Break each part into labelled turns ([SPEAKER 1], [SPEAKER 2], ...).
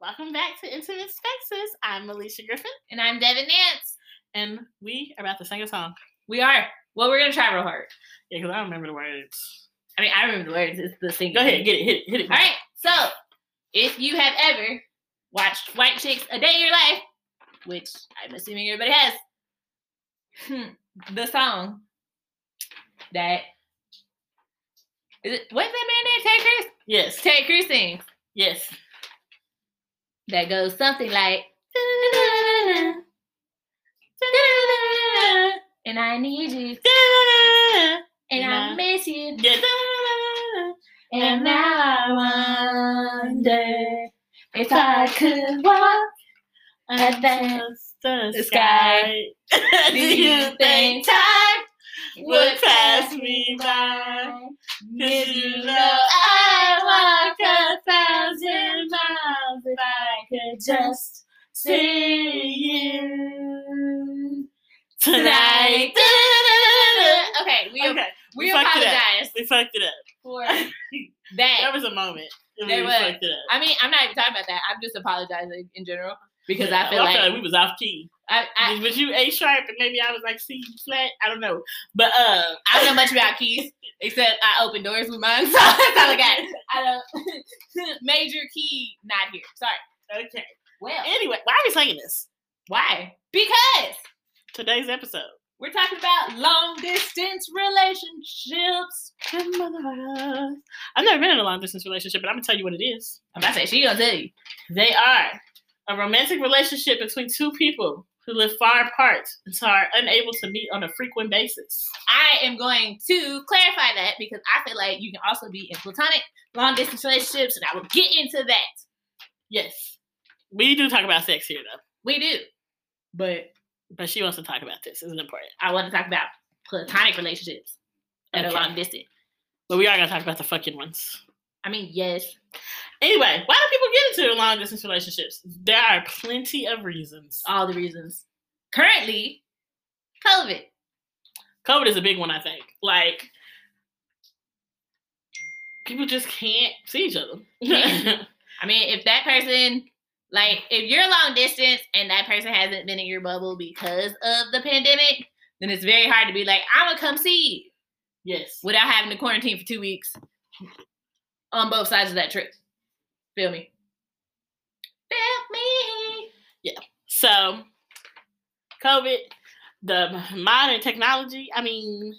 [SPEAKER 1] Welcome back to Intimate Spaces. I'm Alicia Griffin,
[SPEAKER 2] And I'm Devin Nance.
[SPEAKER 1] and we are about to sing a song.
[SPEAKER 2] We are. Well, we're gonna try real hard.
[SPEAKER 1] Yeah, because I don't remember the words.
[SPEAKER 2] I mean, I remember the words. It's the singing.
[SPEAKER 1] Go ahead, get it, hit it, hit it.
[SPEAKER 2] All right. So, if you have ever watched White Chicks A Day in Your Life, which I'm assuming everybody has, hmm, the song that is it, what's that man name? Ted Cruz.
[SPEAKER 1] Yes,
[SPEAKER 2] Ted Cruz sings
[SPEAKER 1] yes.
[SPEAKER 2] that goes something like. And I need you, and I
[SPEAKER 1] Yeah.
[SPEAKER 2] miss you,
[SPEAKER 1] Yeah.
[SPEAKER 2] And now I wonder if I could walk. I think
[SPEAKER 1] Across the
[SPEAKER 2] the sky.
[SPEAKER 1] sky.
[SPEAKER 2] Do you think time
[SPEAKER 1] would pass me by?
[SPEAKER 2] Did you know I walked a thousand miles if I could just see you tonight? Okay, we
[SPEAKER 1] Okay,
[SPEAKER 2] we
[SPEAKER 1] fucked it up.
[SPEAKER 2] apologize
[SPEAKER 1] we fucked it up.
[SPEAKER 2] for
[SPEAKER 1] That
[SPEAKER 2] that.
[SPEAKER 1] was a moment. when
[SPEAKER 2] There
[SPEAKER 1] we
[SPEAKER 2] was.
[SPEAKER 1] fucked it up.
[SPEAKER 2] I mean, I'm not even talking about that. I'm just apologizing in general because
[SPEAKER 1] Yeah,
[SPEAKER 2] I feel
[SPEAKER 1] well,
[SPEAKER 2] like
[SPEAKER 1] we was off key.
[SPEAKER 2] I, I,
[SPEAKER 1] was you A sharp and maybe I was like C flat? I don't know. But uh,
[SPEAKER 2] I don't know much about keys except I open doors with mine. So that's all I got. I don't major key not here. Sorry.
[SPEAKER 1] okay.
[SPEAKER 2] Well,
[SPEAKER 1] Anyway, why are we singing this?
[SPEAKER 2] why? Because
[SPEAKER 1] Today's episode.
[SPEAKER 2] we're talking about long distance relationships.
[SPEAKER 1] I've never been in a long distance relationship, but I'm gonna tell you what it is.
[SPEAKER 2] I'm about to say she gonna tell you.
[SPEAKER 1] They are a romantic relationship between two people who live far apart and so are unable to meet on a frequent basis.
[SPEAKER 2] I am going to clarify that because I feel like you can also be in platonic long distance relationships, and I will get into that.
[SPEAKER 1] Yes, we do talk about sex here though,
[SPEAKER 2] We do, but
[SPEAKER 1] but she wants to talk about this. Isn't important.
[SPEAKER 2] I want to talk about platonic relationships that
[SPEAKER 1] Okay.
[SPEAKER 2] are long distance.
[SPEAKER 1] But we are gonna talk about the fucking ones.
[SPEAKER 2] I mean, yes,
[SPEAKER 1] Anyway, why do people get into long distance relationships? There are plenty of reasons.
[SPEAKER 2] all the reasons. Currently, COVID.
[SPEAKER 1] COVID is a big one, I think. Like, people just can't see each other.
[SPEAKER 2] Yeah. I mean, if that person, like, if you're long distance and that person hasn't been in your bubble because of the pandemic, then it's very hard to be like, I'm gonna come see
[SPEAKER 1] yes.
[SPEAKER 2] you without having to quarantine for two weeks on both sides of that trip. Feel me? Feel me?
[SPEAKER 1] So, COVID, the modern technology, I mean,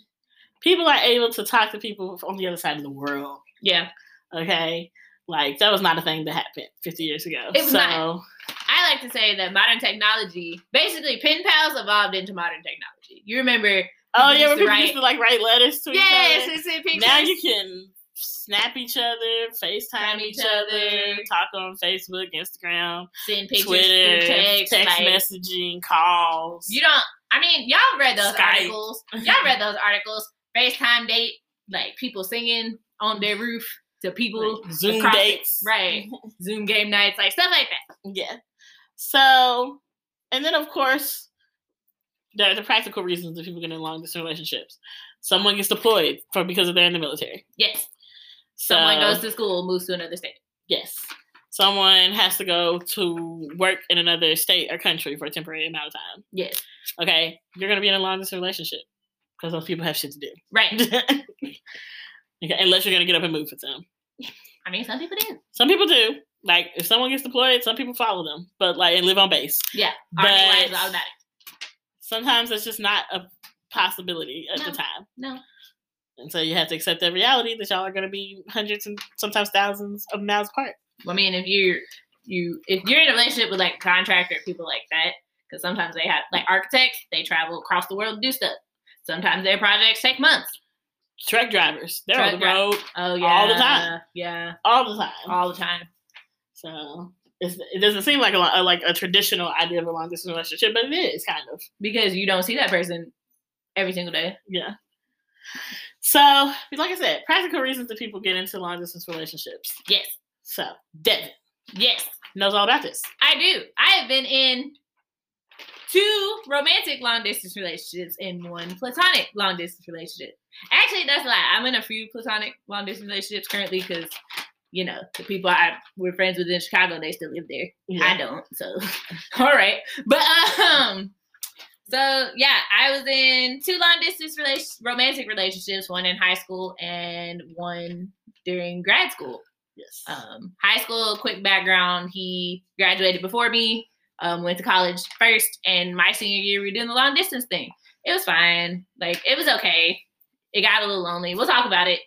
[SPEAKER 1] people are able to talk to people on the other side of the world.
[SPEAKER 2] Yeah,
[SPEAKER 1] Okay? Like, that was not a thing that happened 50 years ago.
[SPEAKER 2] It was
[SPEAKER 1] so,
[SPEAKER 2] not. I like to say that modern technology, basically, pen pals evolved into modern technology. You remember? People
[SPEAKER 1] oh, yeah,
[SPEAKER 2] used
[SPEAKER 1] when
[SPEAKER 2] to
[SPEAKER 1] people
[SPEAKER 2] write-
[SPEAKER 1] used to, like, write letters to each other.
[SPEAKER 2] Yes, it's in pictures.
[SPEAKER 1] Now you can snap each other, FaceTime
[SPEAKER 2] Snap
[SPEAKER 1] each
[SPEAKER 2] each
[SPEAKER 1] other,
[SPEAKER 2] other.
[SPEAKER 1] talk on Facebook, Instagram,
[SPEAKER 2] send pictures
[SPEAKER 1] Twitter,
[SPEAKER 2] through text,
[SPEAKER 1] text,
[SPEAKER 2] like,
[SPEAKER 1] messaging, calls.
[SPEAKER 2] You don't. I mean, y'all read those
[SPEAKER 1] Skype.
[SPEAKER 2] articles. Y'all read those articles. FaceTime date, like people singing on their roof to people.
[SPEAKER 1] Like, Zoom
[SPEAKER 2] across-
[SPEAKER 1] dates.
[SPEAKER 2] Right. Zoom game nights, like stuff like that.
[SPEAKER 1] Yeah. So, and then of course, there are the practical reasons that people get in long distance relationships. Someone gets deployed for because of they're in the military.
[SPEAKER 2] Yes.
[SPEAKER 1] So,
[SPEAKER 2] Someone goes to school, moves to another state.
[SPEAKER 1] yes. Someone has to go to work in another state or country for a temporary amount of time.
[SPEAKER 2] Yes.
[SPEAKER 1] okay, you're gonna be in a long distance relationship because those people have shit to do.
[SPEAKER 2] Right.
[SPEAKER 1] okay, unless you're gonna get up and move with them.
[SPEAKER 2] I mean, some people do.
[SPEAKER 1] Some people do. Like if someone gets deployed, some people follow them, but like and live on base.
[SPEAKER 2] Yeah.
[SPEAKER 1] But-
[SPEAKER 2] Army wives, all that.
[SPEAKER 1] Sometimes that's just not a possibility at the
[SPEAKER 2] No.
[SPEAKER 1] time,
[SPEAKER 2] No.
[SPEAKER 1] and so you have to accept that reality that y'all are gonna be hundreds and sometimes thousands of miles apart.
[SPEAKER 2] I mean, if you're you if you're in a relationship with like contractor people like that, because sometimes they have like architects, they travel across the world to do stuff. Sometimes their projects take months.
[SPEAKER 1] Truck drivers, they're on
[SPEAKER 2] Truck
[SPEAKER 1] the
[SPEAKER 2] dri-
[SPEAKER 1] road
[SPEAKER 2] Oh yeah.
[SPEAKER 1] All the time.
[SPEAKER 2] Yeah.
[SPEAKER 1] all the time.
[SPEAKER 2] All the time.
[SPEAKER 1] so. It's, it doesn't seem like a, lo- like a traditional idea of a long distance relationship, but it is kind of.
[SPEAKER 2] because you don't see that person every single day.
[SPEAKER 1] Yeah. So, like I said, practical reasons that people get into long distance relationships.
[SPEAKER 2] Yes,
[SPEAKER 1] So, Devin
[SPEAKER 2] yes,
[SPEAKER 1] knows all about this.
[SPEAKER 2] I do. I have been in two romantic long distance relationships and one platonic long distance relationship. Actually, that's a lie. I'm in a few platonic long distance relationships currently because you know, the people I we're friends with in Chicago, they still live there. I
[SPEAKER 1] Yeah.
[SPEAKER 2] don't. So, all right. But um, so yeah, I was in two long distance relation- romantic relationships, one in high school and one during grad school.
[SPEAKER 1] Yes.
[SPEAKER 2] Um, high school, quick background: he graduated before me. Um, went to college first, and my senior year, we were doing the long distance thing. It was fine. Like it was okay. It got a little lonely. We'll talk about it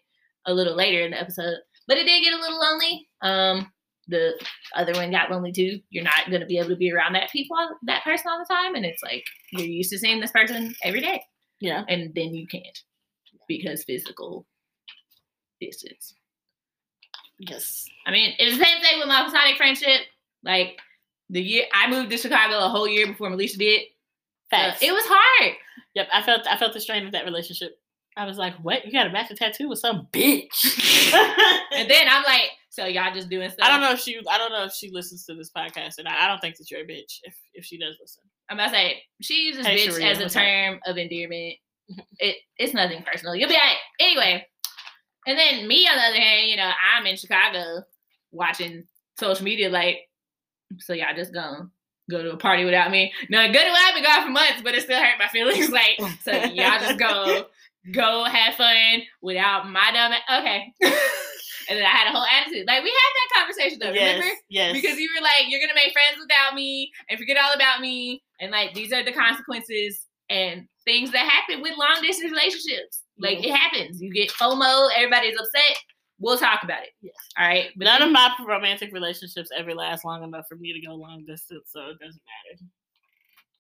[SPEAKER 2] a little later in the episode, but it did get a little lonely. Um, the other one got lonely too. You're not gonna be able to be around that people, that person all the time, and it's like you're used to seeing this person every day,
[SPEAKER 1] yeah.
[SPEAKER 2] and then you can't because physical distance.
[SPEAKER 1] Yes.
[SPEAKER 2] I mean, it's the same thing with my platonic friendship. Like the year I moved to Chicago a whole year before Melissa did. So
[SPEAKER 1] Facts.
[SPEAKER 2] it was hard.
[SPEAKER 1] Yep, I felt I felt the strain of that relationship. I was like, "What? You got a matching tattoo with some bitch?"
[SPEAKER 2] And uh, then I'm like, so y'all just doing stuff.
[SPEAKER 1] I don't know if she I don't know if she listens to this podcast, and I, I don't think that you're a bitch if if she does listen.
[SPEAKER 2] I'm about to say she uses
[SPEAKER 1] Hey,
[SPEAKER 2] bitch
[SPEAKER 1] Sharia,
[SPEAKER 2] as a
[SPEAKER 1] what's up?
[SPEAKER 2] term of endearment. It it's nothing personal. You'll be like anyway. And then me on the other hand, you know, I'm in Chicago watching social media like, so y'all just gonna go to a party without me. No, good well, I've been gone for months, but it still hurt my feelings. Like, so y'all just go go have fun without my dumb a- okay. and then I had a whole attitude. Like we had that conversation though, remember?
[SPEAKER 1] Yes, yes,
[SPEAKER 2] because you were like, you're gonna make friends without me and forget all about me, and like these are the consequences and things that happen with long distance relationships. Like it happens. You get FOMO. Everybody's upset. We'll talk about it.
[SPEAKER 1] Yes.
[SPEAKER 2] All right. But
[SPEAKER 1] none of my romantic relationships ever last long enough for me to go long distance, so it doesn't matter.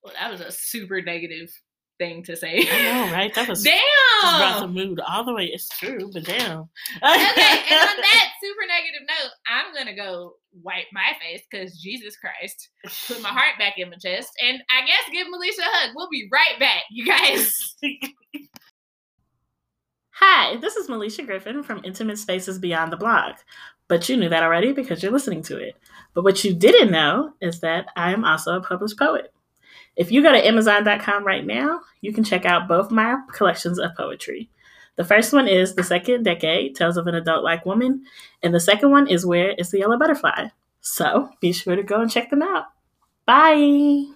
[SPEAKER 2] well, that was a super negative thing to say.
[SPEAKER 1] I know, right? That was just brought the
[SPEAKER 2] Damn.
[SPEAKER 1] mood all the way. It's true, but damn.
[SPEAKER 2] okay. And on that super negative note, I'm gonna go wipe my face because Jesus Christ put my heart back in my chest, and I guess give Melissa a hug. We'll be right back, you guys.
[SPEAKER 1] Hi, this is Melisha Griffin from Intimate Spaces Beyond the Block. But you knew that already because you're listening to it. But what you didn't know is that I am also a published poet. If you go to Amazon.com right now, you can check out both my collections of poetry. The first one is The Second Decade Tales of an Adult Like Woman, and the second one is Where is the Yellow Butterfly? So be sure to go and check them out. Bye!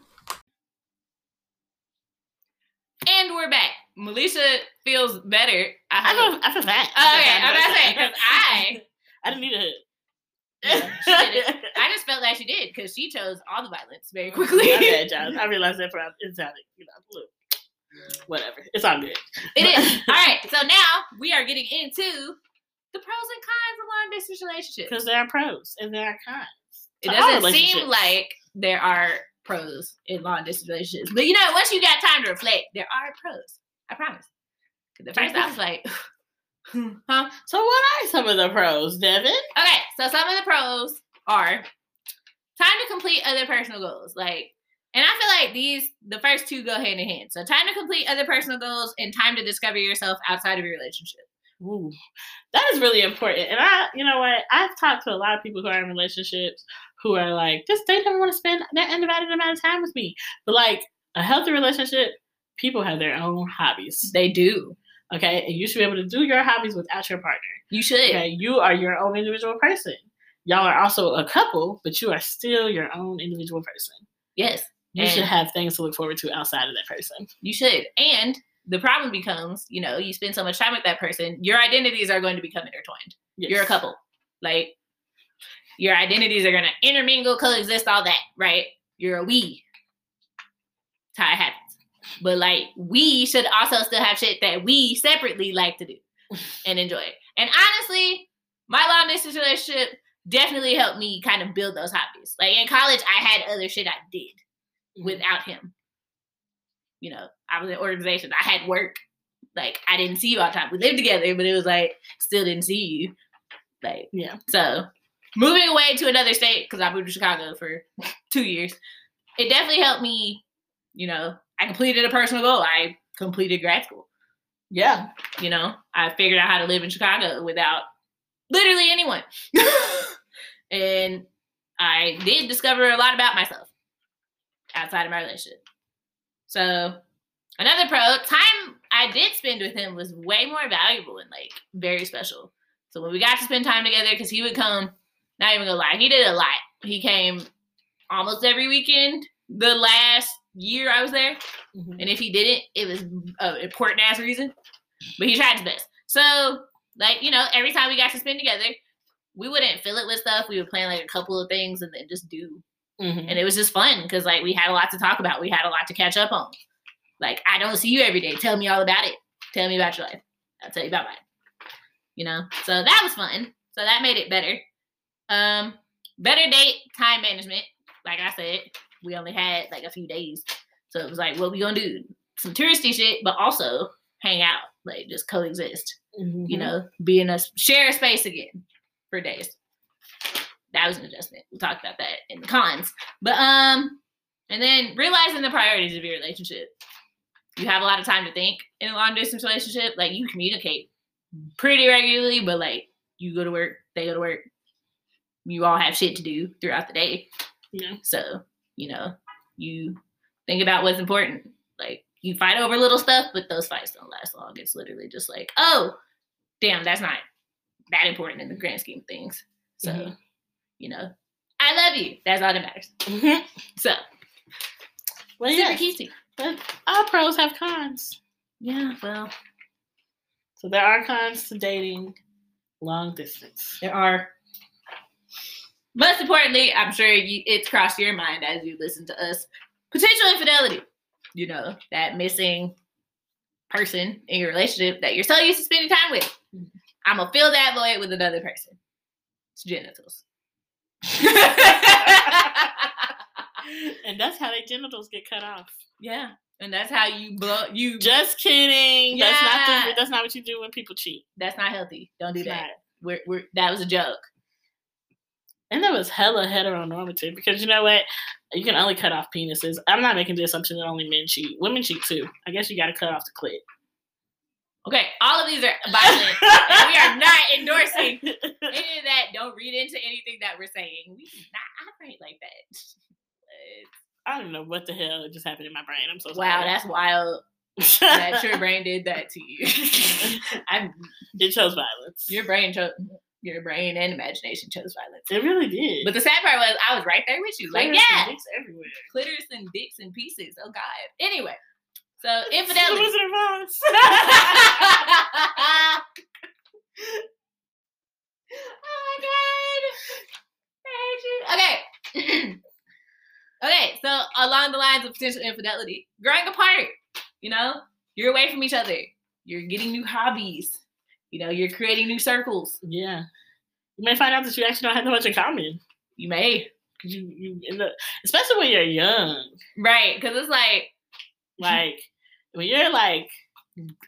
[SPEAKER 2] And we're back. Melissa feels better. I
[SPEAKER 1] I
[SPEAKER 2] hope.
[SPEAKER 1] feel, I feel bad.
[SPEAKER 2] Oh, okay, I'm about to say, 'cause I-
[SPEAKER 1] I didn't need a hit.
[SPEAKER 2] Yeah, she did it. I just felt like she did because she chose all the violence very quickly.
[SPEAKER 1] My bad, John. I realized that from it's out of you know, look, whatever. It's all good.
[SPEAKER 2] it is. All right. So now we are getting into the pros and cons of long distance relationships.
[SPEAKER 1] Because there are pros and there are cons.
[SPEAKER 2] It
[SPEAKER 1] to all
[SPEAKER 2] doesn't seem
[SPEAKER 1] relationships.
[SPEAKER 2] like there are pros in long distance relationships, but you know, once you got time to reflect, there are pros. I promise. 'Cause at first I was like, huh?
[SPEAKER 1] So what are some of the pros, Devin?
[SPEAKER 2] Okay, so some of the pros are time to complete other personal goals. Like, and I feel like these, the first two go hand in hand. So, time to complete other personal goals and time to discover yourself outside of your relationship.
[SPEAKER 1] Ooh, that is really important. And I, you know what? I've talked to a lot of people who are in relationships who are like, just they don't want to spend that undivided amount of time with me. But like a healthy relationship, people have their own hobbies.
[SPEAKER 2] They do.
[SPEAKER 1] Okay, and you should be able to do your hobbies without your partner.
[SPEAKER 2] You should.
[SPEAKER 1] Okay, you are your own individual person. Y'all are also a couple, but you are still your own individual person.
[SPEAKER 2] Yes,
[SPEAKER 1] You should
[SPEAKER 2] And-
[SPEAKER 1] have things to look forward to outside of that person.
[SPEAKER 2] you should. And the problem becomes, you know, you spend so much time with that person, your identities are going to become intertwined.
[SPEAKER 1] Yes.
[SPEAKER 2] You're a couple. Like, your identities are going to intermingle, coexist, all that, right? You're a we. That's how it happens. But like, we should also still have shit that we separately like to do and enjoy. And honestly, my long distance relationship definitely helped me kind of build those hobbies. Like in college, I had other shit I did without him. You know, I was in organization. I had work. Like I didn't see you all the time. We lived together, but it was like still didn't see you. Like
[SPEAKER 1] Yeah.
[SPEAKER 2] so, moving away to another state because I moved to Chicago for two years, it definitely helped me. You know, I completed a personal goal. I completed grad school.
[SPEAKER 1] Yeah.
[SPEAKER 2] You know, I figured out how to live in Chicago without literally anyone, and I did discover a lot about myself outside of my relationship. So, another pro time I did spend with him was way more valuable and like very special So when we got to spend time together, because he would come, not even gonna lie, he did a lot. He came almost every weekend the last year I was there.
[SPEAKER 1] Mhm.
[SPEAKER 2] And if he didn't, it was an important ass reason. But he tried his best. So, like, you know, every time we got to spend together, we wouldn't fill it with stuff. We would plan like a couple of things and then just do.
[SPEAKER 1] Mhm.
[SPEAKER 2] And it was just fun because, like, we had a lot to talk about. We had a lot to catch up on. Like, I don't see you every day. Tell me all about it. Tell me about your life. I'll tell you about mine. You know? So that was fun. So that made it better. Um, better date time management. Like I said, we only had like a few days. So it was like, what we gonna do? Some touristy shit, but also hang out, like just coexist,
[SPEAKER 1] Mm-hmm.
[SPEAKER 2] you know, be in a s- share a space again for days. That was an adjustment. We talked about that in the cons. But um, and then realizing the priorities of your relationship. You have a lot of time to think in a long distance relationship. Like you communicate pretty regularly, but like you go to work, they go to work. You all have shit to do throughout the day.
[SPEAKER 1] Yeah.
[SPEAKER 2] So, you know, you think about what's important. Like you fight over little stuff, but those fights don't last long. It's literally just like, oh, damn, that's not that important in the grand scheme of things. So,
[SPEAKER 1] Mhm.
[SPEAKER 2] you know, I love you. That's all that matters.
[SPEAKER 1] Mhm.
[SPEAKER 2] So,
[SPEAKER 1] Well,
[SPEAKER 2] super
[SPEAKER 1] yeah,
[SPEAKER 2] cutesy.
[SPEAKER 1] all pros have cons.
[SPEAKER 2] Yeah, well,
[SPEAKER 1] So there are cons to dating long distance.
[SPEAKER 2] there are. Most importantly, I'm sure you, it's crossed your mind as you listen to us. Potential infidelity. You know, that missing person in your relationship that you're so used to spending time with. I'm going to fill that void with another person. It's genitals.
[SPEAKER 1] and that's how their genitals get cut off.
[SPEAKER 2] yeah. And that's how you blow, you,
[SPEAKER 1] Just kidding. That's not
[SPEAKER 2] Yeah.
[SPEAKER 1] the, that's not what you do when people cheat.
[SPEAKER 2] that's not healthy. Don't do
[SPEAKER 1] It's
[SPEAKER 2] that.
[SPEAKER 1] not.
[SPEAKER 2] We're, we're, that was a joke.
[SPEAKER 1] And that was hella heteronormative because you know what? You can only cut off penises. I'm not making the assumption that only men cheat. Women cheat too. I guess you got to cut off the clit.
[SPEAKER 2] Okay, all of these are violent. and we are not endorsing any of that. Don't read into anything that we're saying. We do not operate like that. But-
[SPEAKER 1] I don't know what the hell just happened in my brain. I'm so
[SPEAKER 2] Wow,
[SPEAKER 1] sorry.
[SPEAKER 2] that's wild that your brain did that to you. I'm,
[SPEAKER 1] it shows violence.
[SPEAKER 2] your brain chose your brain and imagination chose violence.
[SPEAKER 1] it really did.
[SPEAKER 2] But the sad part was I was right there with you. Like,
[SPEAKER 1] Clitoris and
[SPEAKER 2] yeah,
[SPEAKER 1] dicks everywhere.
[SPEAKER 2] clitoris and dicks and pieces. Oh God. Anyway, so
[SPEAKER 1] The
[SPEAKER 2] infidelity.
[SPEAKER 1] Wizard of Oz.
[SPEAKER 2] oh my god. I hate you. Okay. okay, so along the lines of potential infidelity, growing apart, you know, you're away from each other. You're getting new hobbies. You know, you're creating new circles.
[SPEAKER 1] yeah, you may find out that you actually don't have that much in common.
[SPEAKER 2] You may.
[SPEAKER 1] 'Cause you you end up, especially when you're young.
[SPEAKER 2] Right, because it's like, Mm-hmm.
[SPEAKER 1] Like when you're like,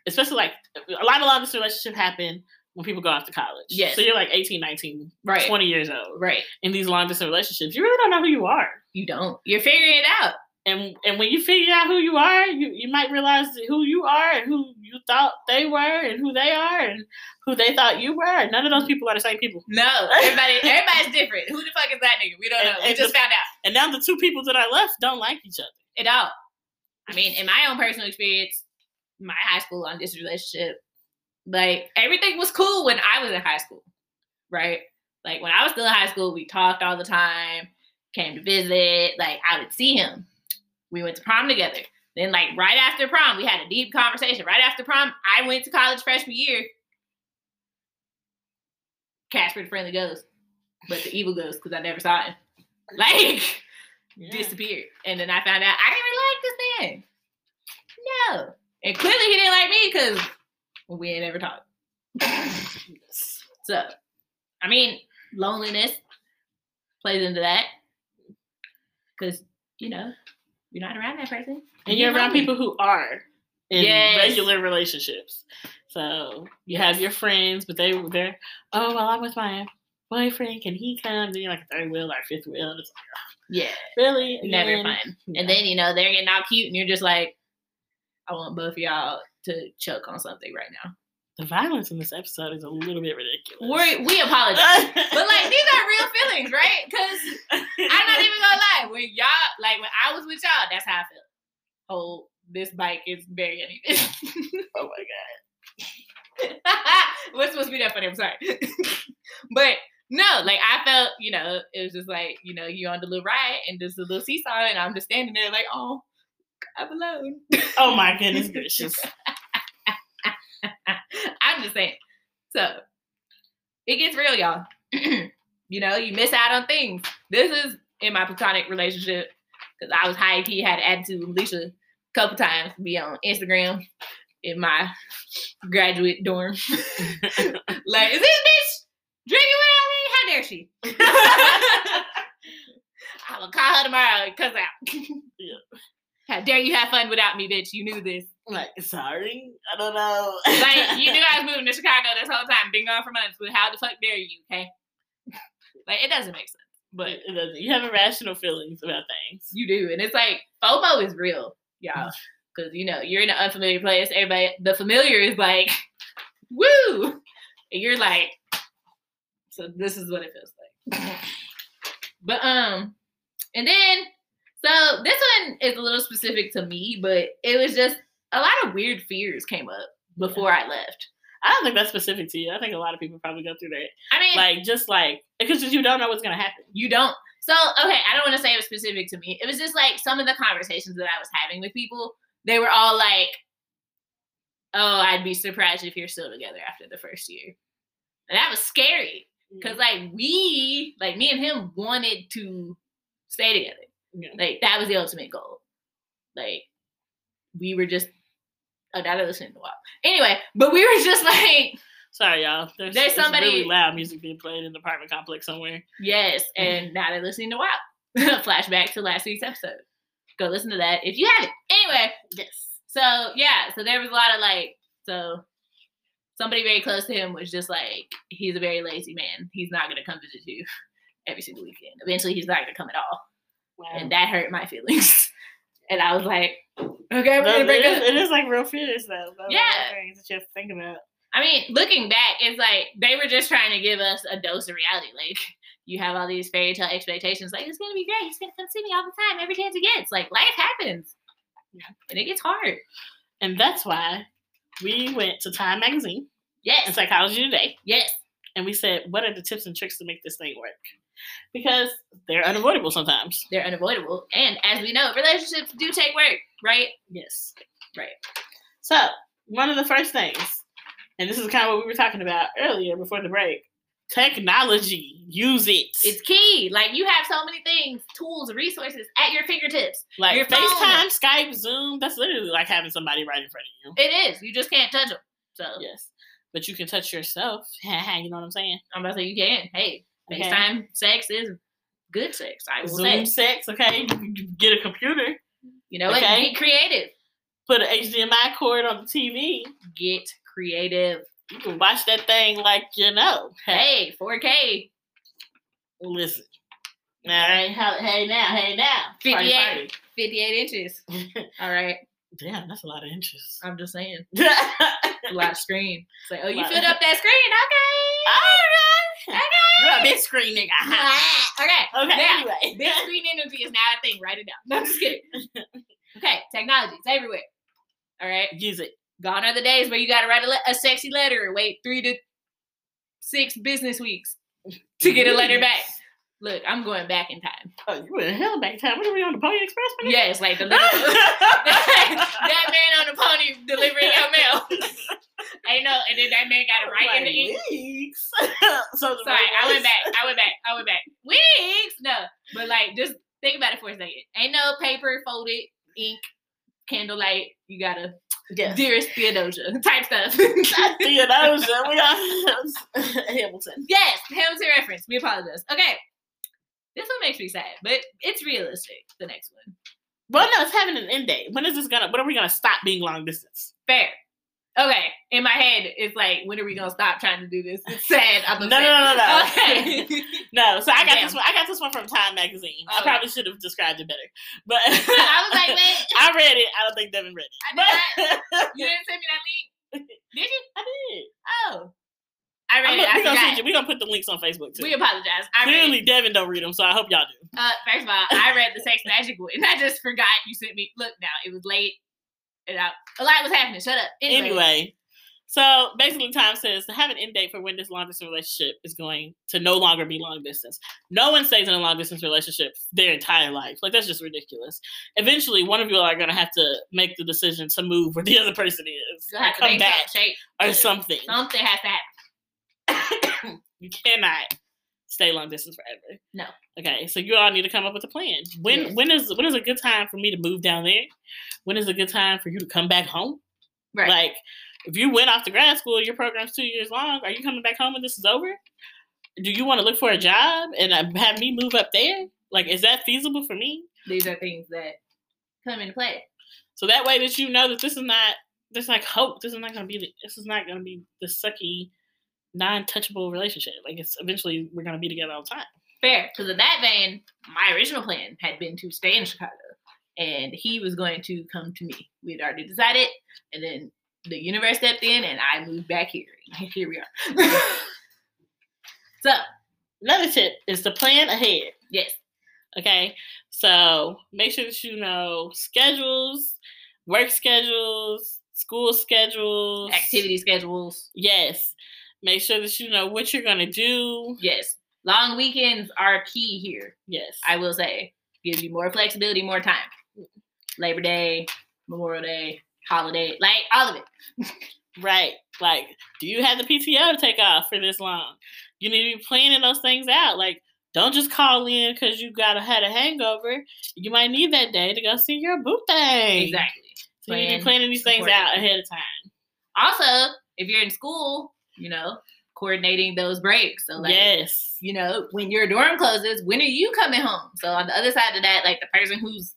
[SPEAKER 1] especially like a lot of love this relationship happen when people go off to college.
[SPEAKER 2] Yes.
[SPEAKER 1] So you're like 18, 19,
[SPEAKER 2] right.
[SPEAKER 1] 20 years old
[SPEAKER 2] Right.
[SPEAKER 1] in these long distance relationships. You really don't know who you are.
[SPEAKER 2] You don't. You're figuring it out.
[SPEAKER 1] And and when you figure out who you are, you, you might realize that who you are and who you thought they were and who they are and who they thought you were. And none of
[SPEAKER 2] Mm-hmm.
[SPEAKER 1] those people are the same people.
[SPEAKER 2] No, everybody, everybody's different. Who the fuck is that nigga? We don't know.
[SPEAKER 1] And-
[SPEAKER 2] We
[SPEAKER 1] and
[SPEAKER 2] just
[SPEAKER 1] the-
[SPEAKER 2] found out.
[SPEAKER 1] And now the two people that are left don't like each other.
[SPEAKER 2] at all. I mean, in my own personal experience, my high school long distance relationship, like everything was cool when I was in high school, right? Like when I was still in high school, we talked all the time, came to visit, like I would see him. We went to prom together. Then, like right after prom, we had a deep conversation. Right after prom, I went to college freshman year. Casper the friendly ghost, but the evil ghost because I never saw him. Like disappeared. And then I found out I didn't really like this man. No. And clearly he didn't like me because we ain't ever talked. so, I mean, loneliness plays into that. Because, you know, you're not around that person.
[SPEAKER 1] and you're around people who are in
[SPEAKER 2] Yes.
[SPEAKER 1] regular relationships. So you have your friends, but they they're oh well, I'm with my boyfriend. Can he come? Then you're like a third wheel or fifth wheel. and It's
[SPEAKER 2] Yeah,
[SPEAKER 1] like, really
[SPEAKER 2] never
[SPEAKER 1] Again?
[SPEAKER 2] fun.
[SPEAKER 1] Yeah.
[SPEAKER 2] And then, you know, they're getting all cute and you're just like, I want both of y'all to choke on something right now.
[SPEAKER 1] the violence in this episode is a little bit ridiculous.
[SPEAKER 2] We're, we apologize. but like these are real feelings, right? Because I'm not even gonna lie. When y'all, like when I was with y'all, that's how I felt. Oh, this bike is very uneven.
[SPEAKER 1] Oh my god.
[SPEAKER 2] I What's supposed to be that funny? I'm sorry. but no, like I felt, you know, it was just like, you know, you on the little ride and just a little seesaw, and I'm just standing there like, oh, I'm alone.
[SPEAKER 1] Oh my goodness gracious.
[SPEAKER 2] I'm just saying. So it gets real, y'all. you know, you miss out on things. This is in my platonic relationship because I was high key, had an attitude with Alicia a couple times, be on Instagram in my graduate dorm. like, is this bitch drinking with me? How dare she? I will call her tomorrow and cuss out.
[SPEAKER 1] Yeah.
[SPEAKER 2] How dare you have fun without me, bitch? You knew this.
[SPEAKER 1] Like, sorry, I don't know.
[SPEAKER 2] Like, you knew I was moving to Chicago this whole time, been gone for months, but how the fuck dare you, okay? Like, it doesn't make sense, but
[SPEAKER 1] But it doesn't- you have irrational feelings about things.
[SPEAKER 2] You do, and it's like FOMO is real, y'all. Because you know you're in an unfamiliar place. Everybody, the familiar is like, woo, and you're like, so this is what it feels like. but um, and then so this one is a little specific to me, but it was just a lot of weird fears came up before I left.
[SPEAKER 1] I don't think that's specific to you. I think a lot of people probably go through that.
[SPEAKER 2] I mean,
[SPEAKER 1] Like, just like, because you don't know what's going to happen.
[SPEAKER 2] you don't. So okay, I don't want to say it was specific to me. It was just like some of the conversations that I was having with people. They were all like, "Oh, I'd be surprised if you're still together after the first year," and that was scary because like we, like me and him, wanted to stay together.
[SPEAKER 1] Yeah.
[SPEAKER 2] Like that was the ultimate goal. Like we were just. Oh, now they're listening to WAP. Anyway, but we were just like,
[SPEAKER 1] Sorry, y'all. There's,
[SPEAKER 2] There's
[SPEAKER 1] there's
[SPEAKER 2] somebody-
[SPEAKER 1] really loud music being played in the apartment complex somewhere.
[SPEAKER 2] Yes,
[SPEAKER 1] Mm-hmm.
[SPEAKER 2] and now they're listening to WAP. Flashback to last week's episode. Go listen to that if you haven't. Anyway,
[SPEAKER 1] Yes.
[SPEAKER 2] so yeah, so there was a lot of like, so somebody very close to him was just like, he's a very lazy man. He's not gonna come visit you every single weekend. Eventually, he's not gonna come at all,
[SPEAKER 1] Wow.
[SPEAKER 2] and that hurt my feelings. And I was like, okay, we're
[SPEAKER 1] Those-
[SPEAKER 2] gonna break
[SPEAKER 1] it,
[SPEAKER 2] up.
[SPEAKER 1] is, it is like real fears though. Those are
[SPEAKER 2] Yeah.
[SPEAKER 1] Things that you have to think about.
[SPEAKER 2] I mean, looking back, it's like they were just trying to give us a dose of reality. Like you have all these fairy tale expectations, like it's gonna be great, he's gonna come see me all the time, every chance he gets. Like life happens,
[SPEAKER 1] Yeah.
[SPEAKER 2] and it gets hard.
[SPEAKER 1] And that's why we went to Time Magazine and
[SPEAKER 2] Yes,
[SPEAKER 1] Psychology Today
[SPEAKER 2] yes,
[SPEAKER 1] and we said, what are the tips and tricks to make this thing work? Because they're unavoidable sometimes.
[SPEAKER 2] they're unavoidable, and as we know, relationships do take work, right?
[SPEAKER 1] Yes.
[SPEAKER 2] Right.
[SPEAKER 1] So, one of the first things, and this is kind of what we were talking about earlier before the break technology. Use it.
[SPEAKER 2] It's key. Like you have so many things, tools, resources at your fingertips.
[SPEAKER 1] like
[SPEAKER 2] your phone.
[SPEAKER 1] FaceTime, Skype, Zoom. That's literally like having somebody right in front of you.
[SPEAKER 2] It is. You just can't touch them. So
[SPEAKER 1] Yes. But you can touch yourself. you know what I'm saying?
[SPEAKER 2] I'm about to say you can. Hey,
[SPEAKER 1] Okay.
[SPEAKER 2] FaceTime sex is good sex. I will say.
[SPEAKER 1] Zoom sex, okay? You can Get a computer,
[SPEAKER 2] You know, what?
[SPEAKER 1] Okay.
[SPEAKER 2] be creative.
[SPEAKER 1] put an HDMI cord on the TV.
[SPEAKER 2] get creative.
[SPEAKER 1] You can watch that thing like you know. Hey,
[SPEAKER 2] Hey, 4K,
[SPEAKER 1] listen. All right, how, hey now, hey now. Party,
[SPEAKER 2] 58.
[SPEAKER 1] party.
[SPEAKER 2] 58 inches. All right,
[SPEAKER 1] Damn, that's a lot of interest. Oh,
[SPEAKER 2] I'm just saying,
[SPEAKER 1] You're
[SPEAKER 2] a lot of screen. It's like, oh, you
[SPEAKER 1] Lot.
[SPEAKER 2] filled up that screen, okay?
[SPEAKER 1] a big screen nigga.
[SPEAKER 2] Okay, okay.
[SPEAKER 1] okay,
[SPEAKER 2] Yeah.
[SPEAKER 1] anyway.
[SPEAKER 2] Big screen energy is now a thing. Write it down. No, I'm just kidding. Okay, technology, it's everywhere. All right,
[SPEAKER 1] Use it.
[SPEAKER 2] gone are the days where you got to write a, le- a sexy letter and wait three to six business weeks to get a letter back. Look, I'm going back in time.
[SPEAKER 1] Oh, you in hell back time. What are we on the Pony Express? man?
[SPEAKER 2] Yes, like the little. that man on the pony delivering your mail. I know, and then that man got it right in the ink.
[SPEAKER 1] Like, weeks. so the
[SPEAKER 2] Sorry, I went
[SPEAKER 1] weeks.
[SPEAKER 2] back. I went back. I went back. Weeks, no, but like just think about it for a second. Ain't no paper folded ink, candlelight. You gotta
[SPEAKER 1] Yes.
[SPEAKER 2] dearest Theodosia type stuff.
[SPEAKER 1] Theodosia. We got Hamilton.
[SPEAKER 2] yes, Hamilton reference. We apologize. Okay, this one makes me sad, but it's realistic. The next one,
[SPEAKER 1] Well, no, it's having an end date. When is this gonna? When are we gonna stop being long distance?
[SPEAKER 2] fair. Okay, in my head, it's like, when are we gonna stop trying to do this? It's sad. I'm
[SPEAKER 1] No,
[SPEAKER 2] upset.
[SPEAKER 1] no, no, no.
[SPEAKER 2] Okay.
[SPEAKER 1] No, so I got
[SPEAKER 2] Damn.
[SPEAKER 1] this one. I got this one from Time Magazine. I
[SPEAKER 2] Oh.
[SPEAKER 1] probably should have described it better, but
[SPEAKER 2] I was like, wait,
[SPEAKER 1] I read it. I don't think Devin read
[SPEAKER 2] I
[SPEAKER 1] it.
[SPEAKER 2] did
[SPEAKER 1] But
[SPEAKER 2] not- you didn't send me that link. Did you?
[SPEAKER 1] I did.
[SPEAKER 2] Oh. I read it. I
[SPEAKER 1] I'm gonna- we gonna send
[SPEAKER 2] forgot.
[SPEAKER 1] you- we gonna put the links on Facebook too.
[SPEAKER 2] We apologize. I read
[SPEAKER 1] Clearly,
[SPEAKER 2] it.
[SPEAKER 1] Devin don't read them, so I hope y'all do.
[SPEAKER 2] Uh, first of all, I read the Sex Magic one, and I just forgot you sent me. Look now, it was late, and I, a lot was happening. Shut up. Anyway,
[SPEAKER 1] Anyway, So basically, Time says to have an end date for when this long distance relationship is going to no longer be long distance. No one stays in a long distance relationship their entire life. Like, that's just ridiculous. Eventually, one of you are going to have to make the decision to move where the other person is,
[SPEAKER 2] You
[SPEAKER 1] or
[SPEAKER 2] have to
[SPEAKER 1] come
[SPEAKER 2] make
[SPEAKER 1] back,
[SPEAKER 2] some shape.
[SPEAKER 1] or something.
[SPEAKER 2] Something has to happen.
[SPEAKER 1] You cannot stay long distance forever.
[SPEAKER 2] No.
[SPEAKER 1] Okay, so you all need to come up with a plan. When
[SPEAKER 2] Yes.
[SPEAKER 1] when is when is a good time for me to move down there? When is a good time for you to come back home?
[SPEAKER 2] Right.
[SPEAKER 1] Like, if you went off to grad school, your program's two years long. Are you coming back home when this is over? Do you want to look for a job and uh, have me move up there? Like, is that feasible for me?
[SPEAKER 2] These are things that come into play.
[SPEAKER 1] So that way that you know that this is not this like hope. This is not gonna be the, this is not gonna be the sucky, non-touchable relationship. Like, it's eventually we're gonna be together all the time.
[SPEAKER 2] Fair, because in that vein, my original plan had been to stay in Chicago, and he was going to come to me. We had already decided, and then the universe stepped in, and I moved back here. And here we are. so
[SPEAKER 1] Another tip is to plan ahead.
[SPEAKER 2] yes,
[SPEAKER 1] Okay. So make sure that you know schedules, work schedules, school schedules,
[SPEAKER 2] activity schedules.
[SPEAKER 1] Yes. Make sure that you know what you're going to do.
[SPEAKER 2] Yes, long weekends are key here.
[SPEAKER 1] Yes.
[SPEAKER 2] I will say, gives you more flexibility, more time. Labor Day, Memorial Day, holiday, like all of it.
[SPEAKER 1] right. Like, do you have the PTO to take off for this long? You need to be planning those things out. Like, don't just call in because you got a, had a hangover. You might need that day to go see your boo thing.
[SPEAKER 2] Exactly.
[SPEAKER 1] So you need to
[SPEAKER 2] Plan
[SPEAKER 1] be planning these things out
[SPEAKER 2] accordingly.
[SPEAKER 1] ahead of time.
[SPEAKER 2] also if you're in school you know coordinating those breaks so like
[SPEAKER 1] yes.
[SPEAKER 2] you know when your dorm closes when are you coming home so on the other side of that like the person who's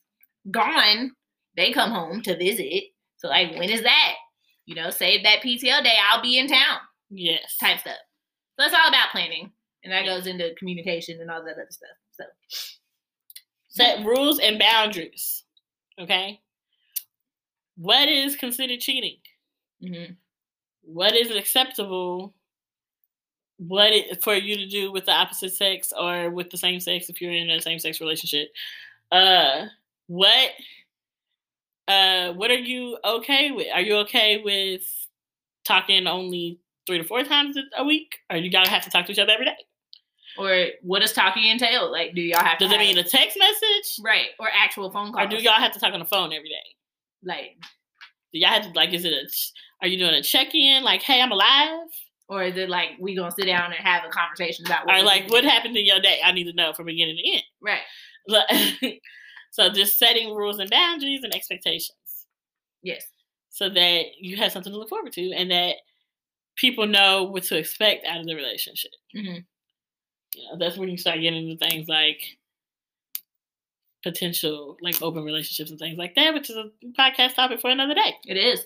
[SPEAKER 2] gone they come home to visit so like when is that you know save that pto day i'll be in town
[SPEAKER 1] Yes.
[SPEAKER 2] type stuff so it's all about planning and that goes into communication and all that other stuff so
[SPEAKER 1] set rules and boundaries. Okay. What is considered cheating?
[SPEAKER 2] mhm.
[SPEAKER 1] What is acceptable? What it, for you to do with the opposite sex or with the same sex if you're in a same sex relationship? Uh, what? Uh, what are you okay with? Are you okay with talking only three to four times a- a week? Or you gotta have to talk to each other every day?
[SPEAKER 2] or what does talking entail like do y'all have
[SPEAKER 1] Does
[SPEAKER 2] to
[SPEAKER 1] it
[SPEAKER 2] have-
[SPEAKER 1] mean a text message?
[SPEAKER 2] right or actual phone calls
[SPEAKER 1] Or do y'all have to talk on the phone every day?
[SPEAKER 2] like
[SPEAKER 1] Do y'all have to like? Is it a? ch- Are you doing a check in? Like, hey, I'm alive.
[SPEAKER 2] or is it like we gonna sit down and have a conversation about what
[SPEAKER 1] Or
[SPEAKER 2] we
[SPEAKER 1] like,
[SPEAKER 2] did?
[SPEAKER 1] what happened in your day? I need to know from beginning to end.
[SPEAKER 2] right
[SPEAKER 1] Like, so just setting rules and boundaries and expectations,
[SPEAKER 2] Yes.
[SPEAKER 1] so that you have something to look forward to, and that people know what to expect out of the relationship.
[SPEAKER 2] Mhm.
[SPEAKER 1] You know, that's when you start getting into things like potential, like open relationships and things like that, which is a podcast topic for another day.
[SPEAKER 2] It is.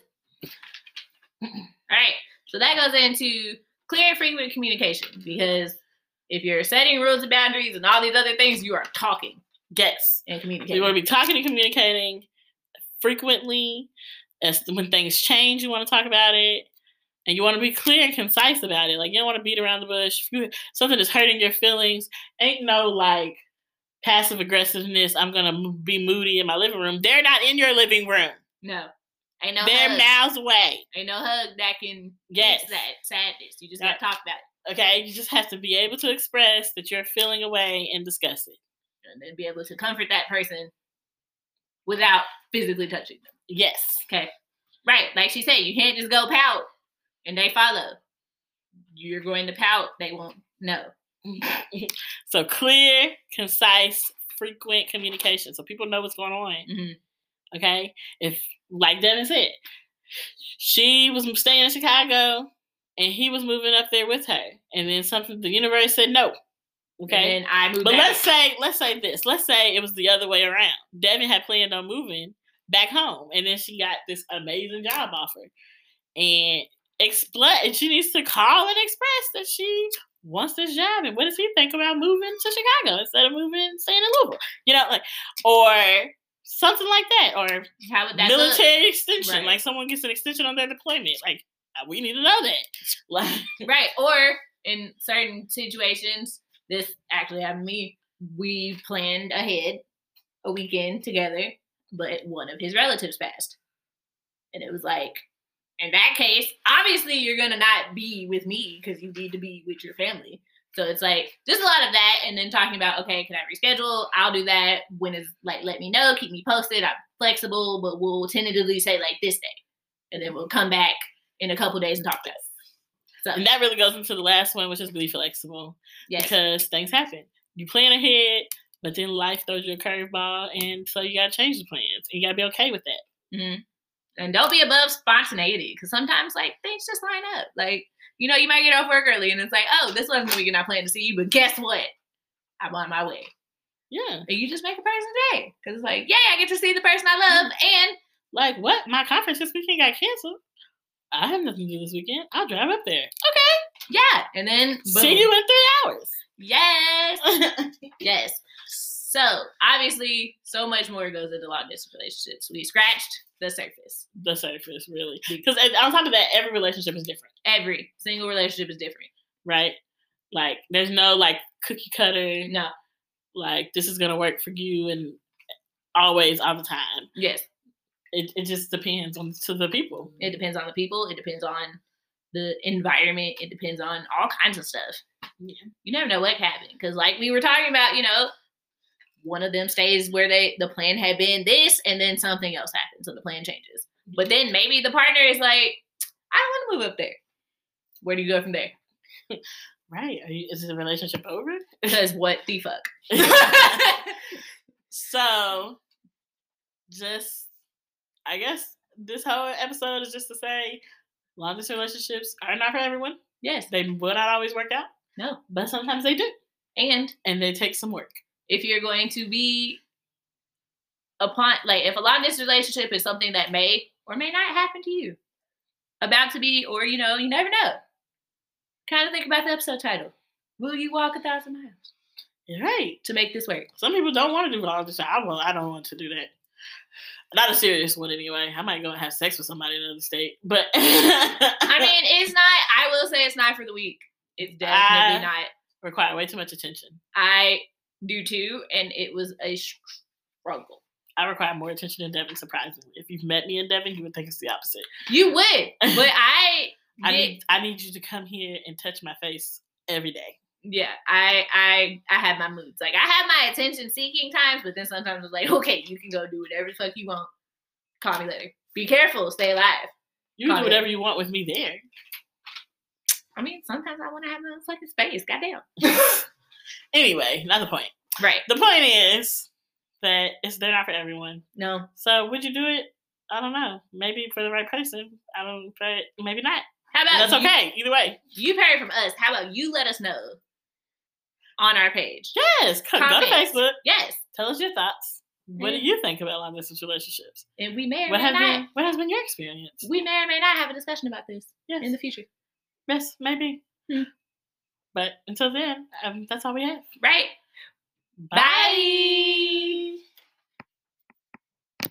[SPEAKER 2] All right. So that goes into clear and frequent communication because if you're setting rules and boundaries and all these other things, you are talking
[SPEAKER 1] Yes.
[SPEAKER 2] and
[SPEAKER 1] You
[SPEAKER 2] communicating.
[SPEAKER 1] want to be talking and communicating frequently. As when things change, you want to talk about it, and you want to be clear and concise about it. Like you don't want to beat around the bush. If you something is hurting your feelings, ain't no like passive aggressiveness. I'm gonna m- be moody in my living room. They're not in your living room.
[SPEAKER 2] no. Ain't no
[SPEAKER 1] They're
[SPEAKER 2] hug.
[SPEAKER 1] miles away.
[SPEAKER 2] Ain't no hug that can
[SPEAKER 1] Yes.
[SPEAKER 2] fix that sadness. You just
[SPEAKER 1] Right.
[SPEAKER 2] gotta talk about it
[SPEAKER 1] Okay, you just have to be able to express that you're feeling away and discuss it.
[SPEAKER 2] and then be able to comfort that person without physically touching them.
[SPEAKER 1] Yes.
[SPEAKER 2] Right. Like she said, you can't just go pout and they follow. You're going to pout, they won't know.
[SPEAKER 1] so clear, concise, frequent communication, so people know what's going on.
[SPEAKER 2] Mhm.
[SPEAKER 1] Okay, if like Devin said, she was staying in Chicago and he was moving up there with her, and then something the universe said no. Okay,
[SPEAKER 2] And then I move
[SPEAKER 1] but
[SPEAKER 2] back.
[SPEAKER 1] let's say let's say this. Let's say it was the other way around. Devin had planned on moving back home, and then she got this amazing job offer, and explain. And she needs to call and express that she wants this job. And what does he think about moving to Chicago instead of moving staying in Louisville? You know, like or something like that, or
[SPEAKER 2] How would that look?
[SPEAKER 1] military extension.
[SPEAKER 2] Right.
[SPEAKER 1] Like someone gets an extension on their deployment. Like we need to know that. Like
[SPEAKER 2] right or in certain situations this actually happened to me we planned ahead a weekend together but one of his relatives passed and it was like in that case, obviously you're gonna not be with me because you need to be with your family. So it's like just a lot of that, and then talking about okay, can I reschedule? I'll do that when it's like let me know, keep me posted. I'm flexible, but we'll tentatively say like this day, and then we'll come back in a couple days and talk about it.
[SPEAKER 1] And that really goes into the last one, which is really flexible
[SPEAKER 2] Yes,
[SPEAKER 1] because things happen. You plan ahead, but then life throws you a curveball, and so you gotta change the plans. And you gotta be okay with that.
[SPEAKER 2] Mhm. and don't be above spontaneity because sometimes like things just line up. Like you know, you might get off work early, and it's like oh, this wasn't the weekend I planned to see you, but guess what? I'm on my way.
[SPEAKER 1] Yeah.
[SPEAKER 2] And you just make a person's day because it's like, yay, I get to see the person I love, and
[SPEAKER 1] Like what? My conference this weekend got canceled. I have nothing to do this weekend. I'll drive up there.
[SPEAKER 2] yeah, and then boom.
[SPEAKER 1] See you in three hours.
[SPEAKER 2] Yes, yes. So obviously, so much more goes into long distance relationships. We scratched the surface.
[SPEAKER 1] the surface, really. Because on top of that, every relationship is different,
[SPEAKER 2] Every single relationship is different.
[SPEAKER 1] right? Like, there's no like cookie cutter,
[SPEAKER 2] No,
[SPEAKER 1] like this is gonna work for you and always, all the time.
[SPEAKER 2] yes,
[SPEAKER 1] It it just depends on to the people.
[SPEAKER 2] it depends on the people. It depends on the environment. It depends on all kinds of stuff.
[SPEAKER 1] Yeah.
[SPEAKER 2] You never know what happened because, like we were talking about, you know, one of them stays where they the plan had been this, and then something else happens, and the plan changes. But then maybe the partner is like, I don't want to move up there. Where do you go from there?
[SPEAKER 1] Right? Are you, is the relationship over?
[SPEAKER 2] Because what the fuck?
[SPEAKER 1] so, just I guess this whole episode is just to say, long distance relationships are not for everyone.
[SPEAKER 2] yes.
[SPEAKER 1] They will not always work out,
[SPEAKER 2] No.
[SPEAKER 1] but sometimes they do,
[SPEAKER 2] And
[SPEAKER 1] and they take some work.
[SPEAKER 2] if you're going to be upon like if a long distance relationship is something that may or may not happen to you. About to be, or you know, you never know. Kind of think about the episode title. Will you walk a thousand miles
[SPEAKER 1] Right.
[SPEAKER 2] to make this work?
[SPEAKER 1] Some people don't want to do long distance. I well, I don't want to do that. Not a serious one anyway. I might go and have sex with somebody in another state, but
[SPEAKER 2] I
[SPEAKER 1] I
[SPEAKER 2] mean, it's not. I will say it's not for the weak. It's definitely
[SPEAKER 1] I-
[SPEAKER 2] not.
[SPEAKER 1] require way too much attention.
[SPEAKER 2] I do too, and it was a struggle.
[SPEAKER 1] I require more attention than Devin. Surprisingly, if you've met me in Devin, you would think it's the opposite.
[SPEAKER 2] You would, but I.
[SPEAKER 1] I
[SPEAKER 2] did-
[SPEAKER 1] need I need you to come here and touch my face every day.
[SPEAKER 2] yeah, I I I had my moods. Like I had my attention seeking times, but then sometimes it's like, okay, you can go do whatever the fuck you want. Call me later. Be careful, stay alive.
[SPEAKER 1] You can
[SPEAKER 2] Got
[SPEAKER 1] do
[SPEAKER 2] it.
[SPEAKER 1] whatever you want with me there.
[SPEAKER 2] I mean, sometimes I want to have my own fucking space. Goddamn.
[SPEAKER 1] Anyway, not the point.
[SPEAKER 2] Right.
[SPEAKER 1] The point is that it's they're not for everyone.
[SPEAKER 2] No.
[SPEAKER 1] So would you do it? I don't know. Maybe for the right person. I don't. But maybe not.
[SPEAKER 2] How about
[SPEAKER 1] And that's
[SPEAKER 2] you-
[SPEAKER 1] okay. Either way.
[SPEAKER 2] You've heard from us. How about you let us know on our page?
[SPEAKER 1] Yes, co- go to
[SPEAKER 2] Comments.
[SPEAKER 1] Facebook.
[SPEAKER 2] Yes.
[SPEAKER 1] Tell us your thoughts. What do
[SPEAKER 2] Mhm.
[SPEAKER 1] you think about long distance relationships?
[SPEAKER 2] And we may or
[SPEAKER 1] What
[SPEAKER 2] may
[SPEAKER 1] have
[SPEAKER 2] not.
[SPEAKER 1] been, what has been your experience?
[SPEAKER 2] We may or may not have a discussion about this
[SPEAKER 1] Yes,
[SPEAKER 2] in the future.
[SPEAKER 1] yes, maybe.
[SPEAKER 2] Hmm.
[SPEAKER 1] But until then, um, that's all we have.
[SPEAKER 2] Right?
[SPEAKER 1] Bye.